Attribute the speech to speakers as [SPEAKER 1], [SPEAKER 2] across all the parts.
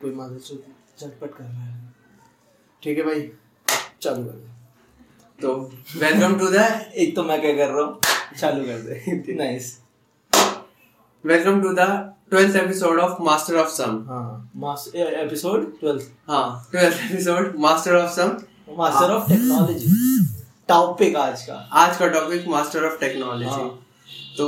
[SPEAKER 1] कोई मादर से झटपट कर रहा है ठीक है भाई चालू कर दे
[SPEAKER 2] तो वेलकम टू द एक तो मैं क्या कर रहा हूँ
[SPEAKER 1] चालू कर दे nice
[SPEAKER 2] welcome to the twelfth episode of master of some
[SPEAKER 1] हाँ मास एपिसोड 12
[SPEAKER 2] हाँ twelfth episode master of some
[SPEAKER 1] master of technology topic आज का
[SPEAKER 2] आज का टॉपिक मास्टर ऑफ
[SPEAKER 1] हाँ।
[SPEAKER 2] टेक्नोलॉजी तो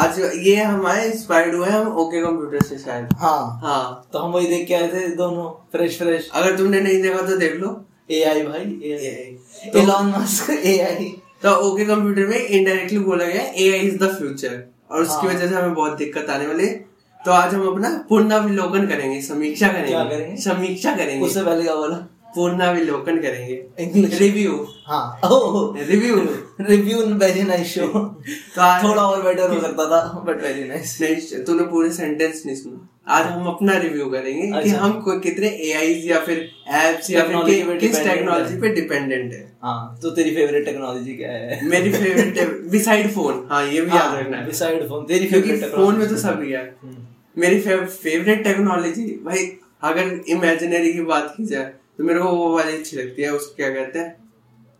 [SPEAKER 2] आज ये हमारे इंस्पायर्ड हुए हैं हम ओके कंप्यूटर से शायद
[SPEAKER 1] हाँ
[SPEAKER 2] हाँ
[SPEAKER 1] तो हम वही देख के आए थे दोनों फ्रेश फ्रेश
[SPEAKER 2] अगर तुमने नहीं देखा तो देख लो
[SPEAKER 1] एआई भाई तो
[SPEAKER 2] AI।
[SPEAKER 1] AI Elon Musk AI
[SPEAKER 2] तो ओके कंप्यूटर में इनडायरेक्टली बोला गया A I is the future और उसकी
[SPEAKER 1] हाँ।
[SPEAKER 2] वजह से हमें बहुत दिक्कत आने वाली है तो आज हम अपना पुनर्वलोकन करेंगे समीक्षा करेंगे
[SPEAKER 1] क्या करेंगे?
[SPEAKER 2] समीक्षा करेंगे
[SPEAKER 1] उससे पहले क्या बोला
[SPEAKER 2] पुनर्वलोकन करेंगे
[SPEAKER 1] इंग्लिश
[SPEAKER 2] रिव्यू
[SPEAKER 1] हाँ oh
[SPEAKER 2] review
[SPEAKER 1] review very nice show
[SPEAKER 2] तो आज
[SPEAKER 1] थोड़ा और बेटर हो सकता था बट वेरी नाइस
[SPEAKER 2] नहीं तूने पूरे सेंटेंस नहीं सुना आज हम अपना रिव्यू करेंगे कि
[SPEAKER 1] अच्छा।
[SPEAKER 2] हम को- कितने ए या फिर एप्स या फिर
[SPEAKER 1] Technology
[SPEAKER 2] कि-
[SPEAKER 1] पे
[SPEAKER 2] किस
[SPEAKER 1] dependent
[SPEAKER 2] टेक्नोलॉजी पे डिपेंडेंट है
[SPEAKER 1] हाँ तो तेरी फेवरेट टेक्नोलॉजी क्या है
[SPEAKER 2] मेरी फेवरेट बिसाइड फोन हाँ ये भी याद रखना है
[SPEAKER 1] बिसाइड फोन तेरी
[SPEAKER 2] क्योंकि
[SPEAKER 1] फेवरेट
[SPEAKER 2] फोन में तो सभी है
[SPEAKER 1] हम्म।
[SPEAKER 2] मेरी फेवरेट टेक्नोलॉजी भाई अगर इमेजिनरी की बात की जाए तो मेरे को वो वाली अच्छी लगती है उसको क्या कहते हैं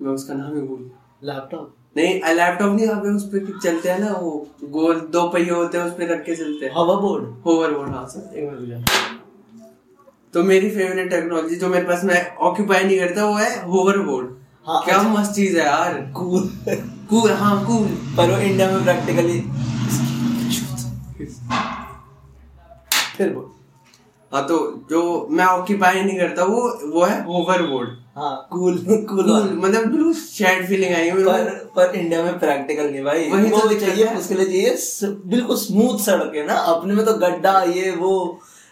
[SPEAKER 2] मैं उसका नाम ही भूल गया।
[SPEAKER 1] लैपटॉप
[SPEAKER 2] नहीं लैपटॉप नहीं अभी उस पे चलते हैं ना वो गोल दो पहिए होते हैं उस पे रख के चलते हैं
[SPEAKER 1] हवा बोर्ड
[SPEAKER 2] होवर बोर्ड हाँ सर
[SPEAKER 1] एक मिनट रुक जा।
[SPEAKER 2] तो मेरी फेवरेट टेक्नोलॉजी जो मेरे पास मैं ऑक्यूपाई नहीं करता वो है होवर बोर्ड
[SPEAKER 1] हाँ,
[SPEAKER 2] क्या मस्त चीज है यार
[SPEAKER 1] कूल
[SPEAKER 2] कूल हाँ कूल
[SPEAKER 1] पर वो इंडिया में प्रैक्टिकली फिर बोल
[SPEAKER 2] हाँ तो जो मैं ऑक्यूपाई नहीं करता वो वो है होवर बोर्ड
[SPEAKER 1] हाँ कूल कूल
[SPEAKER 2] कूल मतलब ब्लू शेड फीलिंग आई है मेरे को।
[SPEAKER 1] पर पर इंडिया में प्रैक्टिकल नहीं भाई
[SPEAKER 2] वही तो
[SPEAKER 1] वो
[SPEAKER 2] दिक्कत
[SPEAKER 1] चाहिए
[SPEAKER 2] है।
[SPEAKER 1] उसके लिए चाहिए स- बिल्कुल स्मूथ सड़क है ना अपने में तो गड्ढा ये वो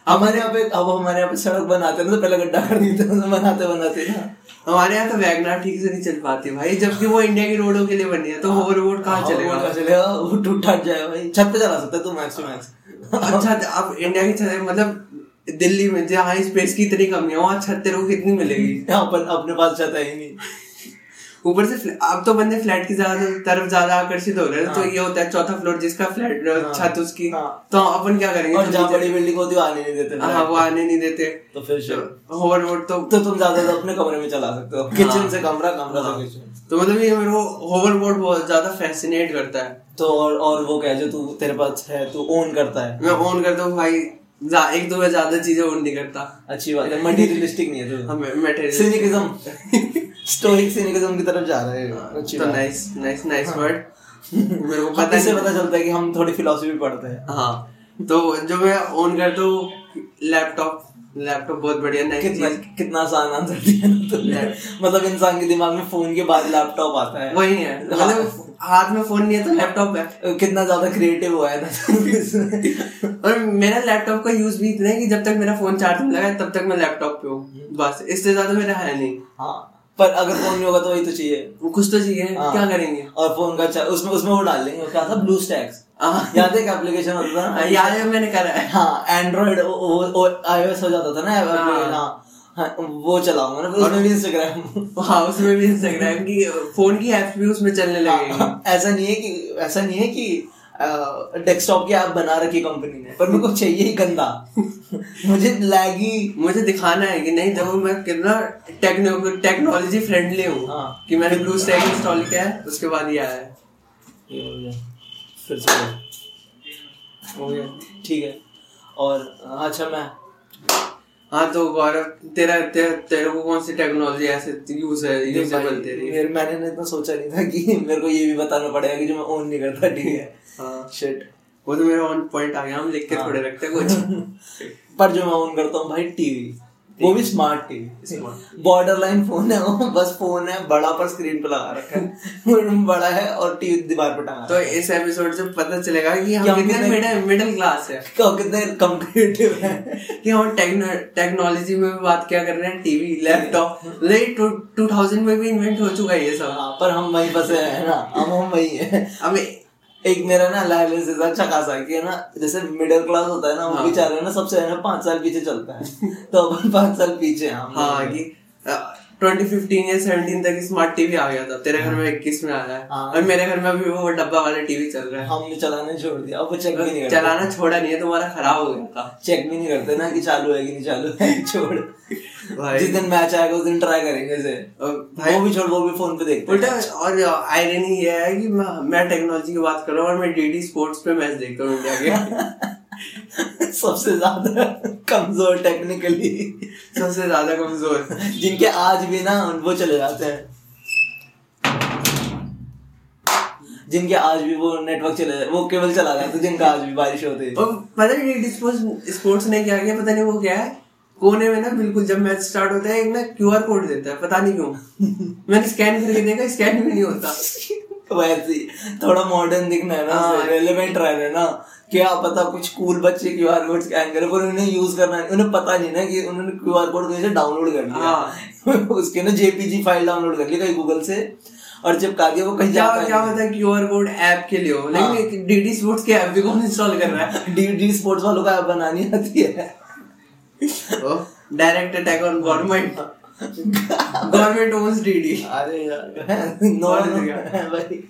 [SPEAKER 1] हमारे यहाँ पे अब हमारे यहाँ पे सड़क बनाते हैं ना तो पहले गड्ढा कर देते हैं तो बनाते बनाते ना
[SPEAKER 2] हमारे यहाँ तो वैगनार ठीक से नहीं चल पाती भाई जबकि वो इंडिया की रोडों के लिए बनी है तो होवर रोड कहाँ
[SPEAKER 1] हाँ, वो
[SPEAKER 2] चलेगा
[SPEAKER 1] कहाँ चलेगा वो टूट टाट जाएगा भाई छत पे चला सकता है तू मैक्स मैक्स
[SPEAKER 2] अच्छा तो अब इंडिया की छत मतलब दिल्ली में जहाँ स्पेस की इतनी कमी है वहाँ छत तेरे को कितनी मिलेगी
[SPEAKER 1] यहाँ पर अपने पास छत है ही नहीं
[SPEAKER 2] ऊपर से फ्ल- अब तो बंदे फ्लैट की ज्यादा तरफ ज्यादा आकर्षित हो रहे हैं तो ये होता है चौथा फ्लोर जिसका फ्लैट छत उसकी
[SPEAKER 1] हाँ।
[SPEAKER 2] तो अपन क्या करेंगे
[SPEAKER 1] और जहाँ
[SPEAKER 2] तो नीचे-
[SPEAKER 1] बड़ी बिल्डिंग होती है वहाँ आने नहीं देते
[SPEAKER 2] हाँ वो आने नहीं देते
[SPEAKER 1] तो फिर sure।
[SPEAKER 2] होवर रोड तो
[SPEAKER 1] तो तुम ज्यादा तो अपने कमरे में चला सकते हो किचन से
[SPEAKER 2] हाँ।
[SPEAKER 1] कमरा कमरा से किचन
[SPEAKER 2] तो मतलब ये मेरे को होवर बोर्ड बहुत ज्यादा फैसिनेट करता है
[SPEAKER 1] तो और और वो क्या है जो तू तेरे पास है तू ओन करता है
[SPEAKER 2] मैं ऑन करता हूँ भाई जा- एक दो बार ज्यादा चीजें ऑन नहीं करता
[SPEAKER 1] अच्छी बात है मटीरियलिस्टिक नहीं है तू
[SPEAKER 2] हम मटेरियल
[SPEAKER 1] सिनिकिज्म स्टोइक सिनिकिज्म की तरफ जा रहे हो अच्छी
[SPEAKER 2] तो
[SPEAKER 1] बात है
[SPEAKER 2] नाइस नाइस नाइस वर्ड मेरे को
[SPEAKER 1] पता
[SPEAKER 2] पता
[SPEAKER 1] इससे
[SPEAKER 2] नहीं
[SPEAKER 1] पता चलता है कि हम थोड़ी फिलोसफी पढ़ते हैं
[SPEAKER 2] हाँ तो जो मैं ऑन करता हूँ लैपटॉप लैपटॉप बहुत बढ़िया नई
[SPEAKER 1] कितना
[SPEAKER 2] चीज
[SPEAKER 1] कितना आसान आंसर दिया ना तुमने मतलब इंसान के दिमाग में फोन के बाद लैपटॉप आता है हाँ।
[SPEAKER 2] वही है मतलब हाथ में फोन नहीं है तो लैपटॉप है
[SPEAKER 1] कितना ज्यादा क्रिएटिव हुआ है ना तुम इसमें।
[SPEAKER 2] और मेरा लैपटॉप का यूज भी इतना है कि जब तक मेरा फोन चार्ज में लगा है तब तक मैं लैपटॉप पे हूँ बस इससे ज्यादा मेरा है नहीं
[SPEAKER 1] हाँ पर अगर फोन नहीं होगा तो वही तो चाहिए
[SPEAKER 2] कुछ तो चाहिए
[SPEAKER 1] हाँ।
[SPEAKER 2] क्या करेंगे
[SPEAKER 1] और फोन का चा- उसमें उसमें वो डाल लेंगे क्या था ब्लू स्टैक्स
[SPEAKER 2] हाँ।
[SPEAKER 1] याद है एप्लीकेशन होता था ना
[SPEAKER 2] याद है मैंने करा है
[SPEAKER 1] हाँ एंड्रॉइड आईओएस हो जाता था ना application, हाँ हाँ, वो चलाऊंगा ना फिर उसमें भी इंस्टाग्राम
[SPEAKER 2] हाँ उसमें भी इंस्टाग्राम की फोन की ऐप्स भी उसमें चलने लगेगी
[SPEAKER 1] ऐसा नहीं है कि ऐसा नहीं है कि डेस्कटॉप की ऐप बना रखी कंपनी ने पर मेरे को चाहिए ही गंदा मुझे लैगी
[SPEAKER 2] मुझे दिखाना है कि नहीं देखो मैं कितना टेक्नो टेक्नोलॉजी फ्रेंडली हूँ
[SPEAKER 1] हाँ।
[SPEAKER 2] कि मैंने ब्लू स्टैक इंस्टॉल किया है उसके बाद ये आया है
[SPEAKER 1] फिर से हो गया ठीक है और अ, अच्छा मैं
[SPEAKER 2] हाँ तो गौरव तेरा ते, तेरे को कौन सी टेक्नोलॉजी ऐसे यूज है यूजेबल तेरी
[SPEAKER 1] मेरे मैंने ना इतना सोचा नहीं था कि मेरे को ये भी बताना पड़ेगा कि जो मैं ऑन नहीं करता ठीक है
[SPEAKER 2] हाँ
[SPEAKER 1] शिट
[SPEAKER 2] वो तो मेरा ऑन पॉइंट आ गया हम लिख के थोड़े रखते हैं अच्छा। कुछ
[SPEAKER 1] हाँ। पर जो मैं ऑन करता हूँ भाई टीवी वो भी smart TV
[SPEAKER 2] Smart.
[SPEAKER 1] Border line phone है वो बस फोन है बड़ा पर स्क्रीन पे लगा रखा है बड़ा है और टीवी दीवार पे टंगा
[SPEAKER 2] तो इस एपिसोड से पता चलेगा कि
[SPEAKER 1] कि
[SPEAKER 2] हम
[SPEAKER 1] हम
[SPEAKER 2] कितने
[SPEAKER 1] कितने-
[SPEAKER 2] मिडिल मिडिल क्लास है
[SPEAKER 1] रखा है। कितने कम क्रिएटिव है
[SPEAKER 2] कि हम टेक्नोलॉजी में भी बात क्या कर रहे हैं TV laptop late two thousand में भी इन्वेंट हो चुका है ये सब
[SPEAKER 1] हाँ, पर हम वहीं फंसे हैं ना हम हम वही है
[SPEAKER 2] अब
[SPEAKER 1] एक मेरा ना लाइलेंस ऐसा अच्छा खासा है कि है ना जैसे मिडिल क्लास होता है ना
[SPEAKER 2] हाँ।
[SPEAKER 1] वो बेचारे ना सबसे है ना पांच साल पीछे चलता है तो अपन पांच साल पीछे हैं हम
[SPEAKER 2] हाँ कि 2015 या 17 तक स्मार्ट टीवी आ गया था तेरे घर में 21 में आया है
[SPEAKER 1] हाँ।
[SPEAKER 2] और मेरे घर में अभी वो डब्बा वाला टीवी चल रहा है
[SPEAKER 1] हमने चलाना छोड़ दिया अब वो चेक भी नहीं करते
[SPEAKER 2] चलाना छोड़ा नहीं है तुम्हारा खराब हो गया था
[SPEAKER 1] चेक भी नहीं करते ना कि चालू है कि नहीं चालू है छोड़
[SPEAKER 2] भाई।
[SPEAKER 1] जिस दिन मैच आएगा उस दिन ट्राई करेंगे इसे
[SPEAKER 2] और
[SPEAKER 1] वो भी छोड़ वो भी फोन पे देखते
[SPEAKER 2] उल्टा और आयरनी ये है कि मैं, मैं टेक्नोलॉजी की बात कर रहा हूँ और मैं डीडी स्पोर्ट्स पे मैच देखता हूँ इंडिया के
[SPEAKER 1] हैं सबसे ज्यादा कमजोर टेक्निकली
[SPEAKER 2] सबसे ज्यादा कमजोर
[SPEAKER 1] जिनके आज भी ना वो चले जाते हैं जिनके आज भी वो नेटवर्क चले वो केबल चला जाते हैं जिनका आज भी बारिश होती है
[SPEAKER 2] और पता नहीं डीडी स्पोर्ट्स स्पोर्ट्स ने क्या किया पता नहीं वो क्या है कोने में ना बिल्कुल जब मैच स्टार्ट होता है एक ना क्यूआर कोड देता है पता नहीं क्यों मैंने स्कैन करके देखा स्कैन भी नहीं होता
[SPEAKER 1] वैसे ही थोड़ा मॉडर्न दिखना है
[SPEAKER 2] हाँ,
[SPEAKER 1] ना रेलेवेंट रहना है ना क्या पता कुछ कूल बच्चे क्यू आर कोड स्कैन करे पर उन्हें यूज करना नहीं उन्हें पता नहीं ना कि उन्होंने क्यू आर कोड कैसे डाउनलोड कर
[SPEAKER 2] हाँ।
[SPEAKER 1] लिया उसके ना जेपीजी फाइल डाउनलोड कर ली कहीं गूगल से और चिपका दिया वो कहीं
[SPEAKER 2] क्या
[SPEAKER 1] जाता
[SPEAKER 2] क्या
[SPEAKER 1] नहीं
[SPEAKER 2] पता क्यूआर कोड ऐप के लिए हो लेकिन डीडी स्पोर्ट्स के ऐप भी कौन इंस्टॉल कर रहा है
[SPEAKER 1] डीडी स्पोर्ट्स वालों का ऐप बनानी आती है
[SPEAKER 2] direct attack on government government owns DD
[SPEAKER 1] अरे यार नो
[SPEAKER 2] और
[SPEAKER 1] नो,
[SPEAKER 2] क्या?
[SPEAKER 1] भाई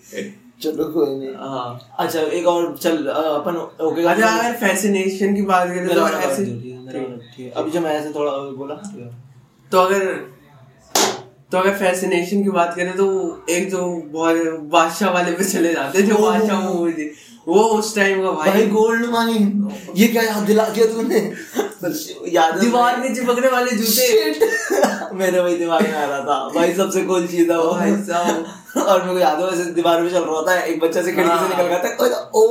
[SPEAKER 1] चलो कोई नहीं
[SPEAKER 2] हाँ
[SPEAKER 1] अच्छा एक और चल अ, अपन ओके
[SPEAKER 2] अच्छा अगर फैसिनेशन की बात करें तो ऐसे
[SPEAKER 1] अभी जो मैं ऐसे थोड़ा बोला ना,
[SPEAKER 2] तो अगर तो अगर फैसिनेशन की बात करें तो एक जो बहुत बादशाह वाले पे चले जाते हैं, जो
[SPEAKER 1] ओह।
[SPEAKER 2] बादशाह मूवी थी वो उस टाइम का
[SPEAKER 1] भाई
[SPEAKER 2] भाई
[SPEAKER 1] गोल्ड माइन ये क्या याद दिला दिया तूने याद
[SPEAKER 2] दीवार में चिपकने वाले जूते
[SPEAKER 1] जूते मेरे भाई दिमाग में आ रहा था भाई सबसे कूल चीज था वो
[SPEAKER 2] भाई साहब।
[SPEAKER 1] और मेरे को याद है वैसे दीवार पे चल रहा था एक बच्चा से खिड़की
[SPEAKER 2] हाँ।
[SPEAKER 1] से निकल गया था कहता, ओ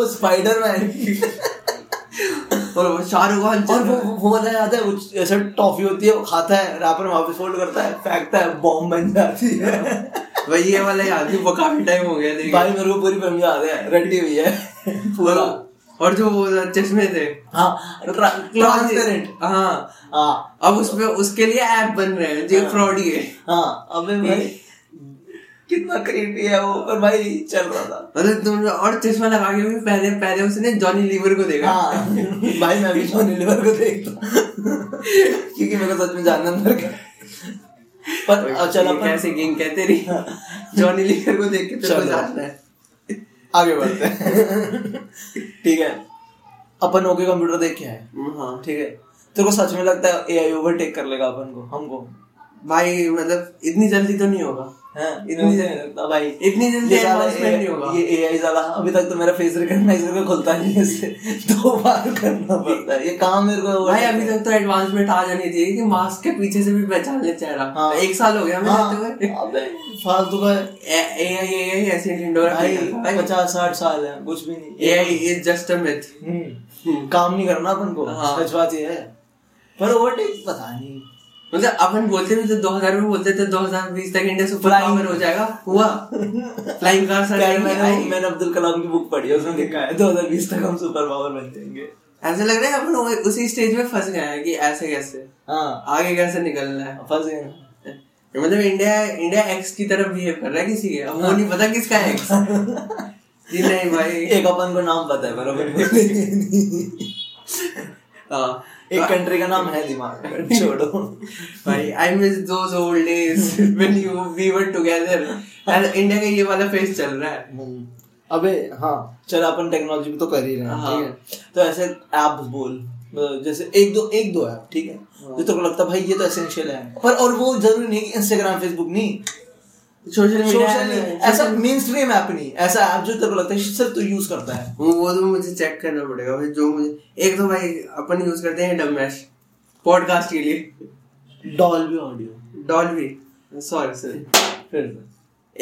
[SPEAKER 1] स्पाइडरमैन
[SPEAKER 2] और वो शाहरुख खान
[SPEAKER 1] और
[SPEAKER 2] चल
[SPEAKER 1] वो वो- वो वाला याद है वो ऐसा टॉफी होती है वो खाता है रैपर में वापस फोल्ड करता है फेंकता है बॉम्ब बन जाती है
[SPEAKER 2] भाई ये वाला याद भी वो काफी टाइम हो गया देखे
[SPEAKER 1] भाई मेरे को पूरी फिल्म याद है रटी हुई है पूरा
[SPEAKER 2] हाँ। और जो वो चश्मे थे
[SPEAKER 1] हाँ ट्रांसपेरेंट
[SPEAKER 2] हाँ
[SPEAKER 1] हाँ
[SPEAKER 2] अब उसपे उसके लिए ऐप बन रहे हैं जो फ्रॉडी है
[SPEAKER 1] हाँ अबे भाई कितना क्रीपी है वो पर भाई चल रहा था
[SPEAKER 2] मतलब तुम और चश्मा लगा के भी पहले पहले उसने जॉनी लीवर को देखा
[SPEAKER 1] हाँ भाई मैं भी जॉनी लीवर को देखता क्योंकि मेरे को सच में जानना अंदर का पर अब चल
[SPEAKER 2] ये
[SPEAKER 1] अपन
[SPEAKER 2] कैसे गेम कहते रही जॉनी लीवर को देख के तेरे को
[SPEAKER 1] चलो।
[SPEAKER 2] जानना है
[SPEAKER 1] आगे बढ़ते हैं ठीक है अपन ओके कंप्यूटर देख के आए
[SPEAKER 2] हाँ
[SPEAKER 1] ठीक है तेरे को सच में लगता है एआई ओवरटेक कर लेगा अपन को हमको
[SPEAKER 2] भाई मतलब इतनी जल्दी तो नहीं होगा
[SPEAKER 1] हैं
[SPEAKER 2] इतनी
[SPEAKER 1] इतनी
[SPEAKER 2] जल्दी-
[SPEAKER 1] जल्दी लगता भाई
[SPEAKER 2] इतनी जल्दी
[SPEAKER 1] ये साला
[SPEAKER 2] advancement नहीं होगा।
[SPEAKER 1] AI ये एआई साला अभी तक तो मेरा फेस रिकॉग्नाइजर का खुलता नहीं है इससे दो बार करना पड़ता है ये काम मेरे को
[SPEAKER 2] भाई अभी तक तो एडवांसमेंट आ जानी चाहिए कि मास्क के पीछे से भी पहचान ले चेहरा
[SPEAKER 1] हाँ।
[SPEAKER 2] एक साल हो गया हमें
[SPEAKER 1] हाँ,
[SPEAKER 2] जाते हुए
[SPEAKER 1] अबे फालतू का है।
[SPEAKER 2] ए आई ए आई ऐसे
[SPEAKER 1] भाई
[SPEAKER 2] इंडोर
[SPEAKER 1] पचास साठ साल है कुछ भी नहीं
[SPEAKER 2] A I is just a myth
[SPEAKER 1] hmm, काम नहीं करना अपन को
[SPEAKER 2] हाँ।
[SPEAKER 1] सच बात ये है पर ओवरटेक पता नहीं
[SPEAKER 2] मतलब अपन बोलते भी तो 2000 में बोलते थे 2020 तक इंडिया सुपर
[SPEAKER 1] Flying-
[SPEAKER 2] पावर हो जाएगा हुआ फ्लाइंग कार्स आ
[SPEAKER 1] खैर,
[SPEAKER 2] जाएंगी
[SPEAKER 1] मैंने
[SPEAKER 2] आई।
[SPEAKER 1] मैंने अब्दुल कलाम की बुक पढ़ी है उसमें लिखा है 2020 तक हम सुपर पावर बन जाएंगे
[SPEAKER 2] ऐसा लग रहा है अपन वो- उसी स्टेज में फंस गए हैं कि ऐसे कैसे
[SPEAKER 1] हाँ
[SPEAKER 2] आगे कैसे निकलना है
[SPEAKER 1] फंस गए ना।
[SPEAKER 2] मतलब इंडिया इंडिया एक्स की तरफ बिहेव कर रहा है किसी के अब
[SPEAKER 1] हाँ।
[SPEAKER 2] वो नहीं पता किसका एक्स जी नहीं भाई
[SPEAKER 1] एक अपन को नाम पता है पर अपन को नहीं।
[SPEAKER 2] हाँ।
[SPEAKER 1] एक कंट्री का नाम है दिमाग में, छोड़ो
[SPEAKER 2] भाई I miss those old days when you we were together India का ये वाला फेस चल रहा है
[SPEAKER 1] अबे हाँ चल अपन टेक्नोलॉजी भी तो कर ही रहे हैं
[SPEAKER 2] हाँ।
[SPEAKER 1] ठीक है तो ऐसे ऐप बोल मतलब जैसे एक दो एक दो ऐप ठीक है जो तेरे को लगता है भाई ये तो एसेंशियल है पर और वो जरूरी नहीं कि इंस्टाग्राम फेसबुक नहीं
[SPEAKER 2] सोशल
[SPEAKER 1] सोशल नहीं
[SPEAKER 2] मीडिया
[SPEAKER 1] ऐसा मेन स्ट्रीम ऐप नहीं ऐसा ऐप जो तेरे को लगता है सिर्फ तू यूज करता है
[SPEAKER 2] वो तो मुझे चेक करना पड़ेगा भाई जो मुझे एक तो भाई अपन यूज करते हैं डमैश पॉडकास्ट के लिए
[SPEAKER 1] Dolby audio
[SPEAKER 2] Dolby sorry sir
[SPEAKER 1] फिर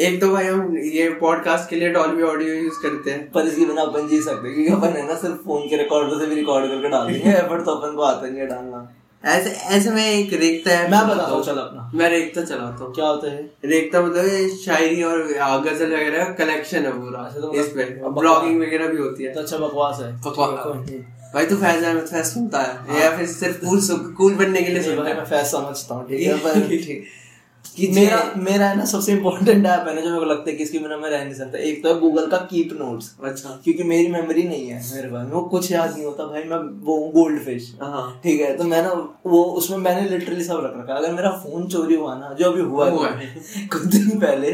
[SPEAKER 2] एक तो भाई हम ये पॉडकास्ट के लिए डॉल्बी ऑडियो यूज करते हैं
[SPEAKER 1] पर इसके बिना अपन जी सकते हैं, क्योंकि अपन है ना सिर्फ फोन के रिकॉर्डर से भी रिकॉर्ड करके डाल देंगे एफर्ट तो अपन को आता नहीं है डालना
[SPEAKER 2] ऐसे ऐसे में एक रेखता है
[SPEAKER 1] मैं बताता हूँ चल अपना
[SPEAKER 2] मैं रेखता चलाता हूँ
[SPEAKER 1] क्या होता है
[SPEAKER 2] रेखता मतलब ये शायरी और आ, गजल वगैरह का कलेक्शन है पूरा
[SPEAKER 1] अच्छा, तो मतलब-
[SPEAKER 2] इस पे
[SPEAKER 1] अब
[SPEAKER 2] ब्लॉगिंग वगैरह भी होती है
[SPEAKER 1] तो अच्छा बकवास है
[SPEAKER 2] बकवास।
[SPEAKER 1] कोई नहीं।
[SPEAKER 2] भाई तो फैज अहमद फैज सुनता है या फिर सिर्फ कूल कूल बनने के लिए
[SPEAKER 1] हाँ। नहीं
[SPEAKER 2] सुनता
[SPEAKER 1] भाई
[SPEAKER 2] है
[SPEAKER 1] मैं फैस समझता हूँ ठीक है पर ठीक कि मेरा मेरा है ना सबसे इम्पोर्टेंट ऐप है ना जो मेरे को लगता है कि इसके बिना मैं रह नहीं सकता एक तो है गूगल का कीप नोट्स
[SPEAKER 2] अच्छा
[SPEAKER 1] क्योंकि मेरी मेमोरी नहीं है मेरे पास वो कुछ याद नहीं होता भाई मैं वो गोल्ड फिश
[SPEAKER 2] हाँ
[SPEAKER 1] ठीक है तो मैं ना वो उसमें मैंने लिटरली सब रख रखा है। अगर मेरा फोन चोरी हुआ ना जो अभी हुआ
[SPEAKER 2] हुआ
[SPEAKER 1] है कुछ दिन पहले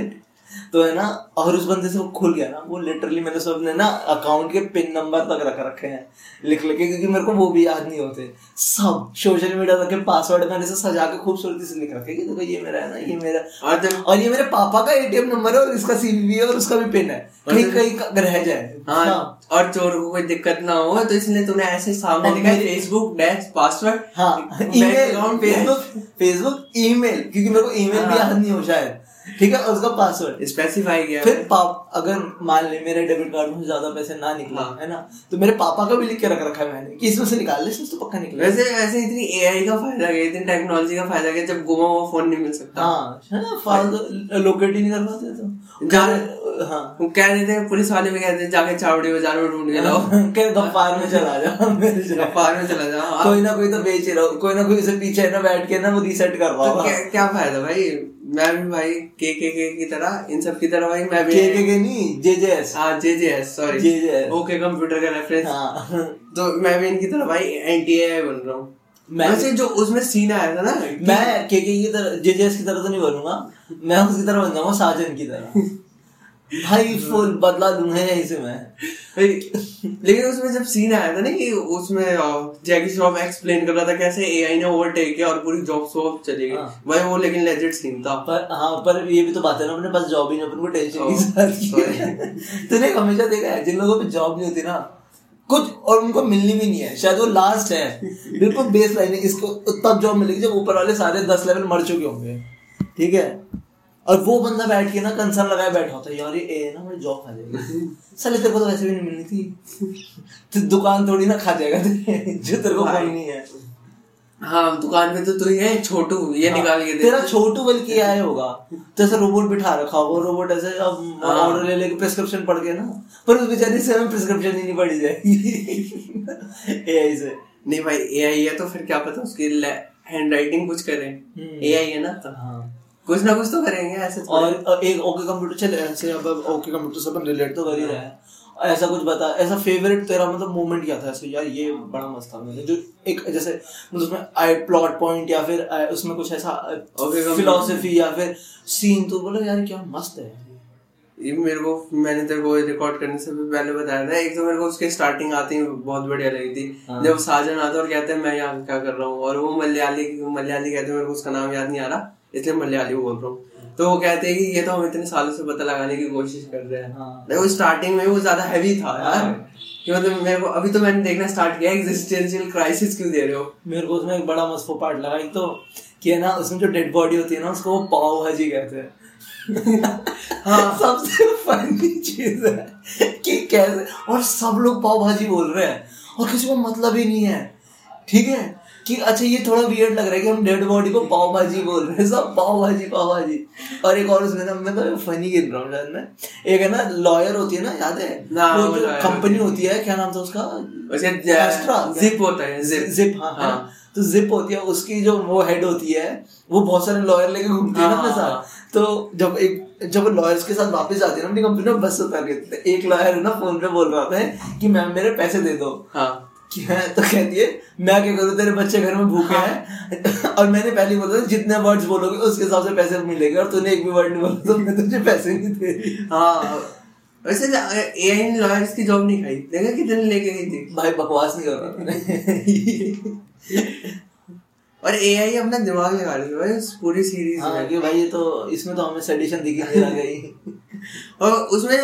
[SPEAKER 1] तो है ना और उस बंदे से वो खुल गया ना वो लिटरली मैंने सब अपने ना अकाउंट के पिन नंबर तक रख रखे हैं लिख लिख के क्योंकि मेरे को वो भी याद नहीं होते सब सोशल मीडिया तक के पासवर्ड मैंने से सजा के खूबसूरती से लिख रखे कि देखो ये मेरा है ना ये मेरा
[SPEAKER 2] और जब
[SPEAKER 1] और ये मेरे पापा का एटीएम नंबर है और इसका सीवीवी है और उसका भी पिन है कहीं कहीं का- रह जाए
[SPEAKER 2] हाँ और चोर को कोई दिक्कत ना हो तो इसलिए तूने ऐसे सामने लिखा है फेसबुक डैश पासवर्ड
[SPEAKER 1] हाँ
[SPEAKER 2] email
[SPEAKER 1] email Facebook Facebook email क्योंकि मेरे को ईमेल भी याद नहीं हो शायद ठीक है और उसका पासवर्ड
[SPEAKER 2] स्पेसिफाई किया
[SPEAKER 1] फिर पाप अगर मान ले मेरे डेबिट कार्ड में से ज्यादा पैसे ना निकला
[SPEAKER 2] हाँ।
[SPEAKER 1] है ना तो मेरे पापा का भी लिख के रख रखा है मैंने कि इसमें से निकाल ले इसमें से तो पक्का निकला
[SPEAKER 2] वैसे वैसे इतनी एआई का फायदा गया इतनी टेक्नोलॉजी का फायदा गया जब गुमा हुआ फोन नहीं मिल सकता
[SPEAKER 1] हाँ है ना,
[SPEAKER 2] हाँ।
[SPEAKER 1] फालतू लोकेट ही नहीं कर पाते तो
[SPEAKER 2] जा-
[SPEAKER 1] हाँ
[SPEAKER 2] वो कह रहे थे पुलिस वाले भी कहते थे जाके चावड़ी बाजार में ढूंढ के लाओ
[SPEAKER 1] कह गफ्फार में चला जा मेरे से।
[SPEAKER 2] गफ्फार में चला जाओ हाँ,
[SPEAKER 1] कोई ना कोई तो बेच ही रहा हो, कोई ना कोई उसे पीछे ना बैठ के ना वो रीसेट
[SPEAKER 2] तो
[SPEAKER 1] करवाओ
[SPEAKER 2] क्या क्या फायदा भाई मैं भी भाई के के के की तरह इन सब की तरह भाई मैं भी
[SPEAKER 1] के के के नहीं जे जे एस
[SPEAKER 2] हाँ J J S sorry
[SPEAKER 1] JJS
[SPEAKER 2] okay computer का रेफरेंस
[SPEAKER 1] हाँ
[SPEAKER 2] तो मैं भी इनकी तरह भाई एंटी एआई बन रहा हूँ
[SPEAKER 1] मैं-
[SPEAKER 2] वैसे जो उसमें सीन आया था ना कि-
[SPEAKER 1] मैं के की तरह जे की तरह तो नहीं बनूंगा मैं उसकी तरह बन जाऊंगा साजन की तरह भाई फुल बदला दूंगा यहीं से मैं
[SPEAKER 2] भाई, लेकिन उसमें जब सीन आया था ना कि उसमें जैकी श्रॉफ एक्सप्लेन कर रहा था कैसे एआई ने ओवरटेक किया और पूरी जॉब सॉप चली गई
[SPEAKER 1] हाँ।
[SPEAKER 2] भाई वो लेकिन लेजिट सीन था
[SPEAKER 1] पर हाँ पर ये भी तो बात है ना अपने पास जॉब ही नहीं अपन को टेंशन की साथ तूने एक हमेशा देखा है जिन लोगों पे जॉब नहीं होती ना कुछ और उनको मिलनी भी नहीं है शायद वो लास्ट है बिल्कुल बेस लाइन है इसको तब जॉब मिलेगी जब ऊपर वाले सारे दस लेवल मर चुके होंगे ठीक है और वो बंदा बैठ के ना कंसर्न लगाए बैठा होता है यार ये ए है ना मेरी जॉब खा जाएगी साले तेरे को तो वैसे भी नहीं मिलनी थी तो दुकान थोड़ी ना खा जाएगा तेरे जो तेरे को
[SPEAKER 2] भाई।
[SPEAKER 1] मिलनी है
[SPEAKER 2] हाँ दुकान में तो तू ही है छोटू ये निकाल के
[SPEAKER 1] हाँ।
[SPEAKER 2] दे
[SPEAKER 1] तेरा छोटू बल्कि आया होगा तो ऐसा रोबोट बिठा रखा होगा रोबोट ऐसे अब
[SPEAKER 2] हाँ।
[SPEAKER 1] ऑर्डर ले लेके प्रिस्क्रिप्शन पढ़ के ना पर उस बेचारे से हमें प्रिस्क्रिप्शन ही नहीं पड़ी जाएगी एआई से
[SPEAKER 2] नहीं भाई एआई है तो फिर क्या पता उसकी हैंड राइटिंग कुछ करें
[SPEAKER 1] हम्म।
[SPEAKER 2] एआई है ना तो कुछ ना कुछ तो करेंगे ऐसे थोड़ी।
[SPEAKER 1] और अ, एक ओके कंप्यूटर चल ऐसे अब ओके कंप्यूटर से अपन रिलेट तो कर ही रहा है ऐसा कुछ बता ऐसा फेवरेट तेरा मतलब मोमेंट क्या था ऐसे यार ये बड़ा मस्त था मतलब जो एक जैसे मतलब उसमें आई प्लॉट पॉइंट या फिर आ, उसमें कुछ
[SPEAKER 2] Okay,
[SPEAKER 1] ऐसा
[SPEAKER 2] computer.
[SPEAKER 1] फिलोसफी या फिर सीन तो बोला यार क्या मस्त है
[SPEAKER 2] ये मेरे को मैंने तेरे को रिकॉर्ड करने से भी पहले बताया था एक तो मेरे को उसके स्टार्टिंग आते ही बहुत बढ़िया लगी थी
[SPEAKER 1] हाँ।
[SPEAKER 2] जब साजन आता है और कहते हैं मैं यहाँ क्या कर रहा हूँ और वो मलयाली मलयाली कहते हैं मेरे को उसका नाम याद नहीं आ रहा इसलिए मलयाली बोल रहा हूँ तो वो कहते हैं कि ये तो हम इतने सालों से पता लगाने की कोशिश कर रहे हैं
[SPEAKER 1] हाँ।
[SPEAKER 2] नहीं, वो स्टार्टिंग में वो ज्यादा हैवी था यार
[SPEAKER 1] हाँ।
[SPEAKER 2] कि मतलब मेरे को अभी तो मैंने देखना स्टार्ट किया एग्जिस्टेंशियल क्राइसिस क्यों दे रहे हो
[SPEAKER 1] मेरे को उसमें एक बड़ा मस्त पार्ट लगा एक तो कि है ना उसमें जो डेड बॉडी होती है ना उसको वो पाव भाजी कहते हैं
[SPEAKER 2] हाँ।
[SPEAKER 1] सबसे फनी चीज है कि कैसे और सब लोग पाव भाजी बोल रहे हैं और किसी को मतलब ही नहीं है ठीक है कि अच्छा ये थोड़ा वियर्ड लग रहा है कि हम डेड बॉडी को पाव भाजी बोल रहे हैं सब पाव भाजी पाव भाजी और एक और उसमें ना मैं तो फनी गिन रहा हूँ शायद मैं एक है ना लॉयर होती है ना याद है
[SPEAKER 2] ना, वो
[SPEAKER 1] हाँ, वो जो
[SPEAKER 2] lawyer
[SPEAKER 1] कंपनी होती है क्या नाम था उसका
[SPEAKER 2] वैसे
[SPEAKER 1] Astra?
[SPEAKER 2] जिप होता है जिप
[SPEAKER 1] जिप हाँ,
[SPEAKER 2] हाँ
[SPEAKER 1] हाँ तो जिप होती है उसकी जो वो हेड होती है वो बहुत सारे लॉयर लेके घूमती है ना
[SPEAKER 2] हाँ,
[SPEAKER 1] अपने
[SPEAKER 2] हाँ।
[SPEAKER 1] साथ तो जब एक जब लॉयर्स के साथ वापस जाती है ना अपनी कंपनी में बस उतार के तो एक लॉयर ना फोन पे बोल रहा होता है कि मैम मेरे पैसे दे दो
[SPEAKER 2] हाँ
[SPEAKER 1] कि है तो कहती है मैं क्या करूँ तेरे बच्चे घर में भूखे
[SPEAKER 2] हाँ।
[SPEAKER 1] हैं और मैंने पहले ही बोला था जितने वर्ड्स बोलोगे उसके हिसाब से पैसे मिलेंगे और तूने एक भी वर्ड नहीं बोला तो मैं तुझे पैसे नहीं दे रही
[SPEAKER 2] हाँ वैसे एआई ने लॉयर्स की जॉब नहीं खाई देखा कितने लेके गई थी
[SPEAKER 1] भाई बकवास नहीं कर रहा मैंने।
[SPEAKER 2] और एआई अपना दिमाग लगा रही है भाई उस पूरी सीरीज
[SPEAKER 1] हाँ
[SPEAKER 2] में
[SPEAKER 1] कि भाई ये तो इसमें तो हमें सेडिशन दिखी नहीं लग गई
[SPEAKER 2] और उसमें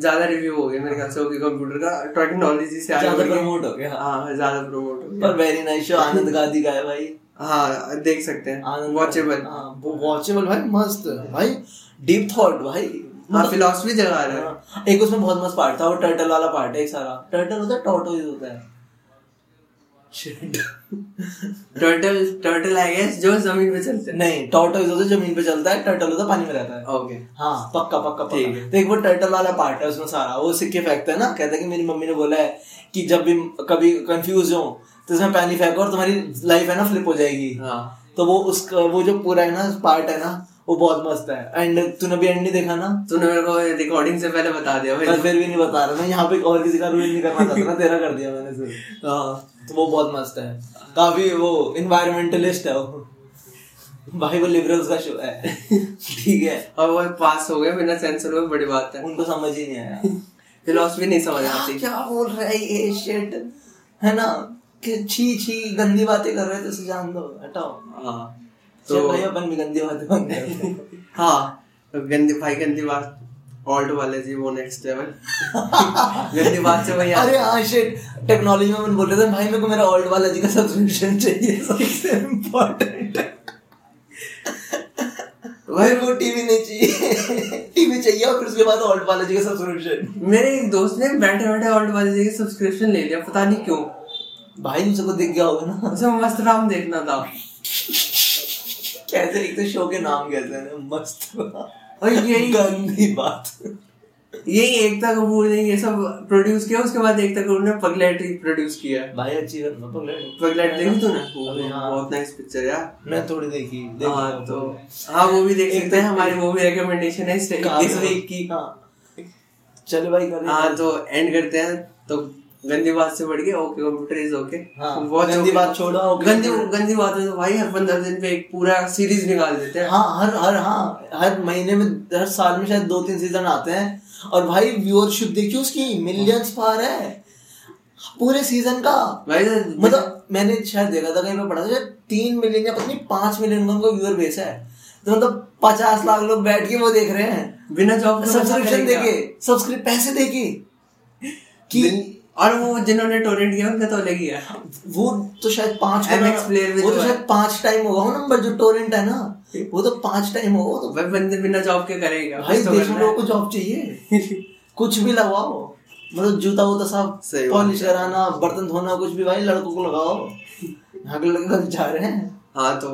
[SPEAKER 2] ज्यादा रिव्यू हो गया मेरे ख्याल से ओके कंप्यूटर का टेक्नोलॉजी से आगे
[SPEAKER 1] ज्यादा
[SPEAKER 2] बढ़ के-
[SPEAKER 1] प्रमोट हो गया
[SPEAKER 2] हाँ ज्यादा प्रमोट हो गया
[SPEAKER 1] पर very nice show Anand Gandhi का है भाई
[SPEAKER 2] हाँ देख सकते हैं
[SPEAKER 1] आनंद
[SPEAKER 2] वॉचेबल
[SPEAKER 1] हाँ वो वॉचेबल भाई मस्त भाई डीप थॉट भाई
[SPEAKER 2] हाँ फिलोसफी जगा रहा है
[SPEAKER 1] हाँ, एक उसमें बहुत मस्त पार्ट था वो टर्टल वाला पार्ट है एक सारा टर्टल होता है टॉटोइज होता है Shit.
[SPEAKER 2] Turtle turtle I guess जो जमीन पे चलते हैं
[SPEAKER 1] नहीं टॉटोइज होता है जमीन पे चलता है टर्टल होता है पानी में रहता है
[SPEAKER 2] ओके
[SPEAKER 1] हाँ पक्का पक्का पक्का
[SPEAKER 2] ठीक है।
[SPEAKER 1] तो एक वो टर्टल वाला पार्ट है उसमें सारा वो सिक्के फेंकता है ना कहता है कि मेरी मम्मी ने बोला है कि जब भी कभी कंफ्यूज हो तो इसमें पानी फेंको और तुम्हारी लाइफ है ना फ्लिप हो जाएगी
[SPEAKER 2] हाँ
[SPEAKER 1] तो वो उसका वो जो पूरा है ना पार्ट है ना वो बहुत मस्त है एंड तूने भी एंड नहीं देखा ना
[SPEAKER 2] तूने मेरे को रिकॉर्डिंग से पहले बता दिया
[SPEAKER 1] मैं
[SPEAKER 2] भाई
[SPEAKER 1] फिर भी नहीं बता रहा मैं यहाँ पे और किसी का रूल नहीं करना चाहता ना तेरा कर दिया मैंने सिर्फ
[SPEAKER 2] हाँ
[SPEAKER 1] तो वो बहुत मस्त है काफी वो इन्वायरमेंटलिस्ट है वो भाई वो लिबरल्स का शो है ठीक है
[SPEAKER 2] और वो पास हो गए बिना सेंसर हुए बड़ी बात है
[SPEAKER 1] उनको समझ ही नहीं आया
[SPEAKER 2] फिलोसफी नहीं समझ आती
[SPEAKER 1] हाँ। क्या- क्या बोल रहा है ये शिट है ना कि छी छी गंदी बातें कर रहे थे उसे जान दो हटाओ
[SPEAKER 2] हाँ
[SPEAKER 1] तो
[SPEAKER 2] तो
[SPEAKER 1] भाई अपन भी गंदी बातें बंद करते हैं।
[SPEAKER 2] हाँ गंदी भाई गंदी बात ऑल्ट वाले जी वो नेक्स्ट लेवल गंदी बात से भाई
[SPEAKER 1] अरे हाँ शिट टेक्नोलॉजी में अपन बोल रहे थे भाई मेरे को मेरा ओल्ड वाला जी का सब्सक्रिप्शन चाहिए सबसे इम्पोर्टेंट भाई वो टीवी नहीं चाहिए टीवी चाहिए और फिर उसके बाद ओल्ड वाला जी का सब्सक्रिप्शन
[SPEAKER 2] मेरे एक दोस्त ने बैठे बैठे ऑल्ट वाले जी की सब्सक्रिप्शन ले लिया पता नहीं क्यों
[SPEAKER 1] भाई उनसे को दिख गया होगा ना
[SPEAKER 2] उसे मस्त राम देखना था
[SPEAKER 1] कैसे एक तो शो के नाम कैसे हैं मस्त
[SPEAKER 2] और यही
[SPEAKER 1] गंदी बात
[SPEAKER 2] यही एकता कपूर ने ये सब प्रोड्यूस किया उसके बाद एकता कपूर ने पगलेट प्रोड्यूस किया
[SPEAKER 1] भाई अच्छी है ना पगलेट
[SPEAKER 2] पगलेट देखी तूने
[SPEAKER 1] अबे हाँ।
[SPEAKER 2] बहुत नाइस पिक्चर यार
[SPEAKER 1] मैं थोड़ी देखी देखी
[SPEAKER 2] हाँ तो
[SPEAKER 1] तो
[SPEAKER 2] हाँ वो भी देख
[SPEAKER 1] एक
[SPEAKER 2] सकते हैं
[SPEAKER 1] तो-
[SPEAKER 2] हमारी वो भी रिकमेंडेशन है इस इस वीक की
[SPEAKER 1] हाँ चलो भाई करें
[SPEAKER 2] हाँ तो एंड करते हैं तो गंदी बात से बढ़ गए ओके कंप्यूटर इज ओके
[SPEAKER 1] हाँ, गंदी बात छोड़ो, okay,
[SPEAKER 2] गंदी
[SPEAKER 1] computer-
[SPEAKER 2] गंदी बात है तो भाई हर पंद्रह दिन पे एक पूरा सीरीज निकाल देते हैं
[SPEAKER 1] हाँ हर हर हाँ हर महीने में हर साल में शायद दो तीन सीजन आते हैं और भाई व्यूअरशिप देखिए उसकी मिलियंस
[SPEAKER 2] हाँ।
[SPEAKER 1] पार है पूरे सीजन का
[SPEAKER 2] भाई तो
[SPEAKER 1] मतलब मैंने शायद देखा था कहीं पे पढ़ा था शायद तीन मिलियन या पत्नी पांच मिलियन का उनका व्यूअर बेस है तो मतलब पचास लाख लोग बैठ के वो देख रहे हैं
[SPEAKER 2] बिना जॉब
[SPEAKER 1] सब्सक्रिप्शन देके सब्सक्रिप पैसे देके कि
[SPEAKER 2] और वो जिन्होंने टोरेंट किया उनका तो अलग ही है
[SPEAKER 1] वो तो शायद पांच
[SPEAKER 2] MX player भी
[SPEAKER 1] वो
[SPEAKER 2] तो
[SPEAKER 1] तो
[SPEAKER 2] है।
[SPEAKER 1] शायद पांच टाइम होगा वो नंबर जो टोरेंट है ना वो तो पांच टाइम होगा वो तो
[SPEAKER 2] भाई बंदे बिना जॉब के करेगा
[SPEAKER 1] भाई
[SPEAKER 2] कुछ तो
[SPEAKER 1] देश में
[SPEAKER 2] करना
[SPEAKER 1] लोगों
[SPEAKER 2] है।
[SPEAKER 1] को जॉब चाहिए कुछ भी लगाओ मतलब जूता वूता साफ
[SPEAKER 2] सही बात
[SPEAKER 1] पॉलिश कराना बर्तन धोना कुछ भी भाई लड़कों को लगाओ यहाँ के लड़के कब जा रहे हैं
[SPEAKER 2] हाँ तो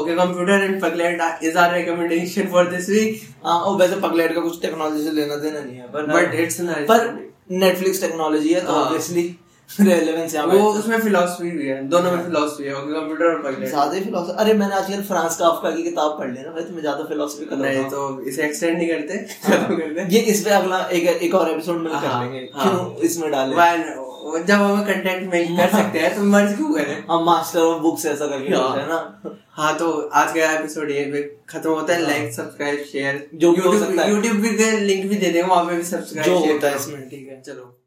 [SPEAKER 2] okay computer and Pagglait is our recommendation for this week
[SPEAKER 1] हाँ और वैसे पगलेट का कुछ टेक्नोलॉजी से लेना देना नहीं है पर
[SPEAKER 2] But it's nice.
[SPEAKER 1] पर नेटफ्लिक्स टेक्नोलॉजी है तो
[SPEAKER 2] हाँ।
[SPEAKER 1] ऑब्वियसली रेलेवेंस यहाँ पे
[SPEAKER 2] वो उसमें फिलोसफी भी है दोनों
[SPEAKER 1] हाँ।
[SPEAKER 2] में फिलोसफी है ओके कंप्यूटर और पगलेट
[SPEAKER 1] ज्यादा फिलोसफी अरे मैंने आजकल फ्रांस काफ्का की किताब पढ़ ली ना भाई तुम्हें ज्यादा फिलोसफी का
[SPEAKER 2] नहीं तो इसे एक्सटेंड नहीं करते
[SPEAKER 1] हाँ।
[SPEAKER 2] खत्म करते हैं।
[SPEAKER 1] ये इस पे अगला एक एक और एपिसोड में कर
[SPEAKER 2] हाँ,
[SPEAKER 1] लेंगे
[SPEAKER 2] हाँ।
[SPEAKER 1] क्यों इसमें डालें
[SPEAKER 2] Well, जब हमें कंटेंट में कर सकते हैं तो मर्ज क्यों करें
[SPEAKER 1] हम मास्टर ऑफ बुक्स ऐसा करके
[SPEAKER 2] हाँ।
[SPEAKER 1] कुछ है ना
[SPEAKER 2] हाँ तो आज का एपिसोड ये भी खत्म होता है लाइक सब्सक्राइब शेयर
[SPEAKER 1] जो भी हो सकता है।
[SPEAKER 2] यूट्यूब भी लिंक भी दे देंगे वहाँ पे भी सब्सक्राइब
[SPEAKER 1] जो होता है इसमें, ठीक है।
[SPEAKER 2] चलो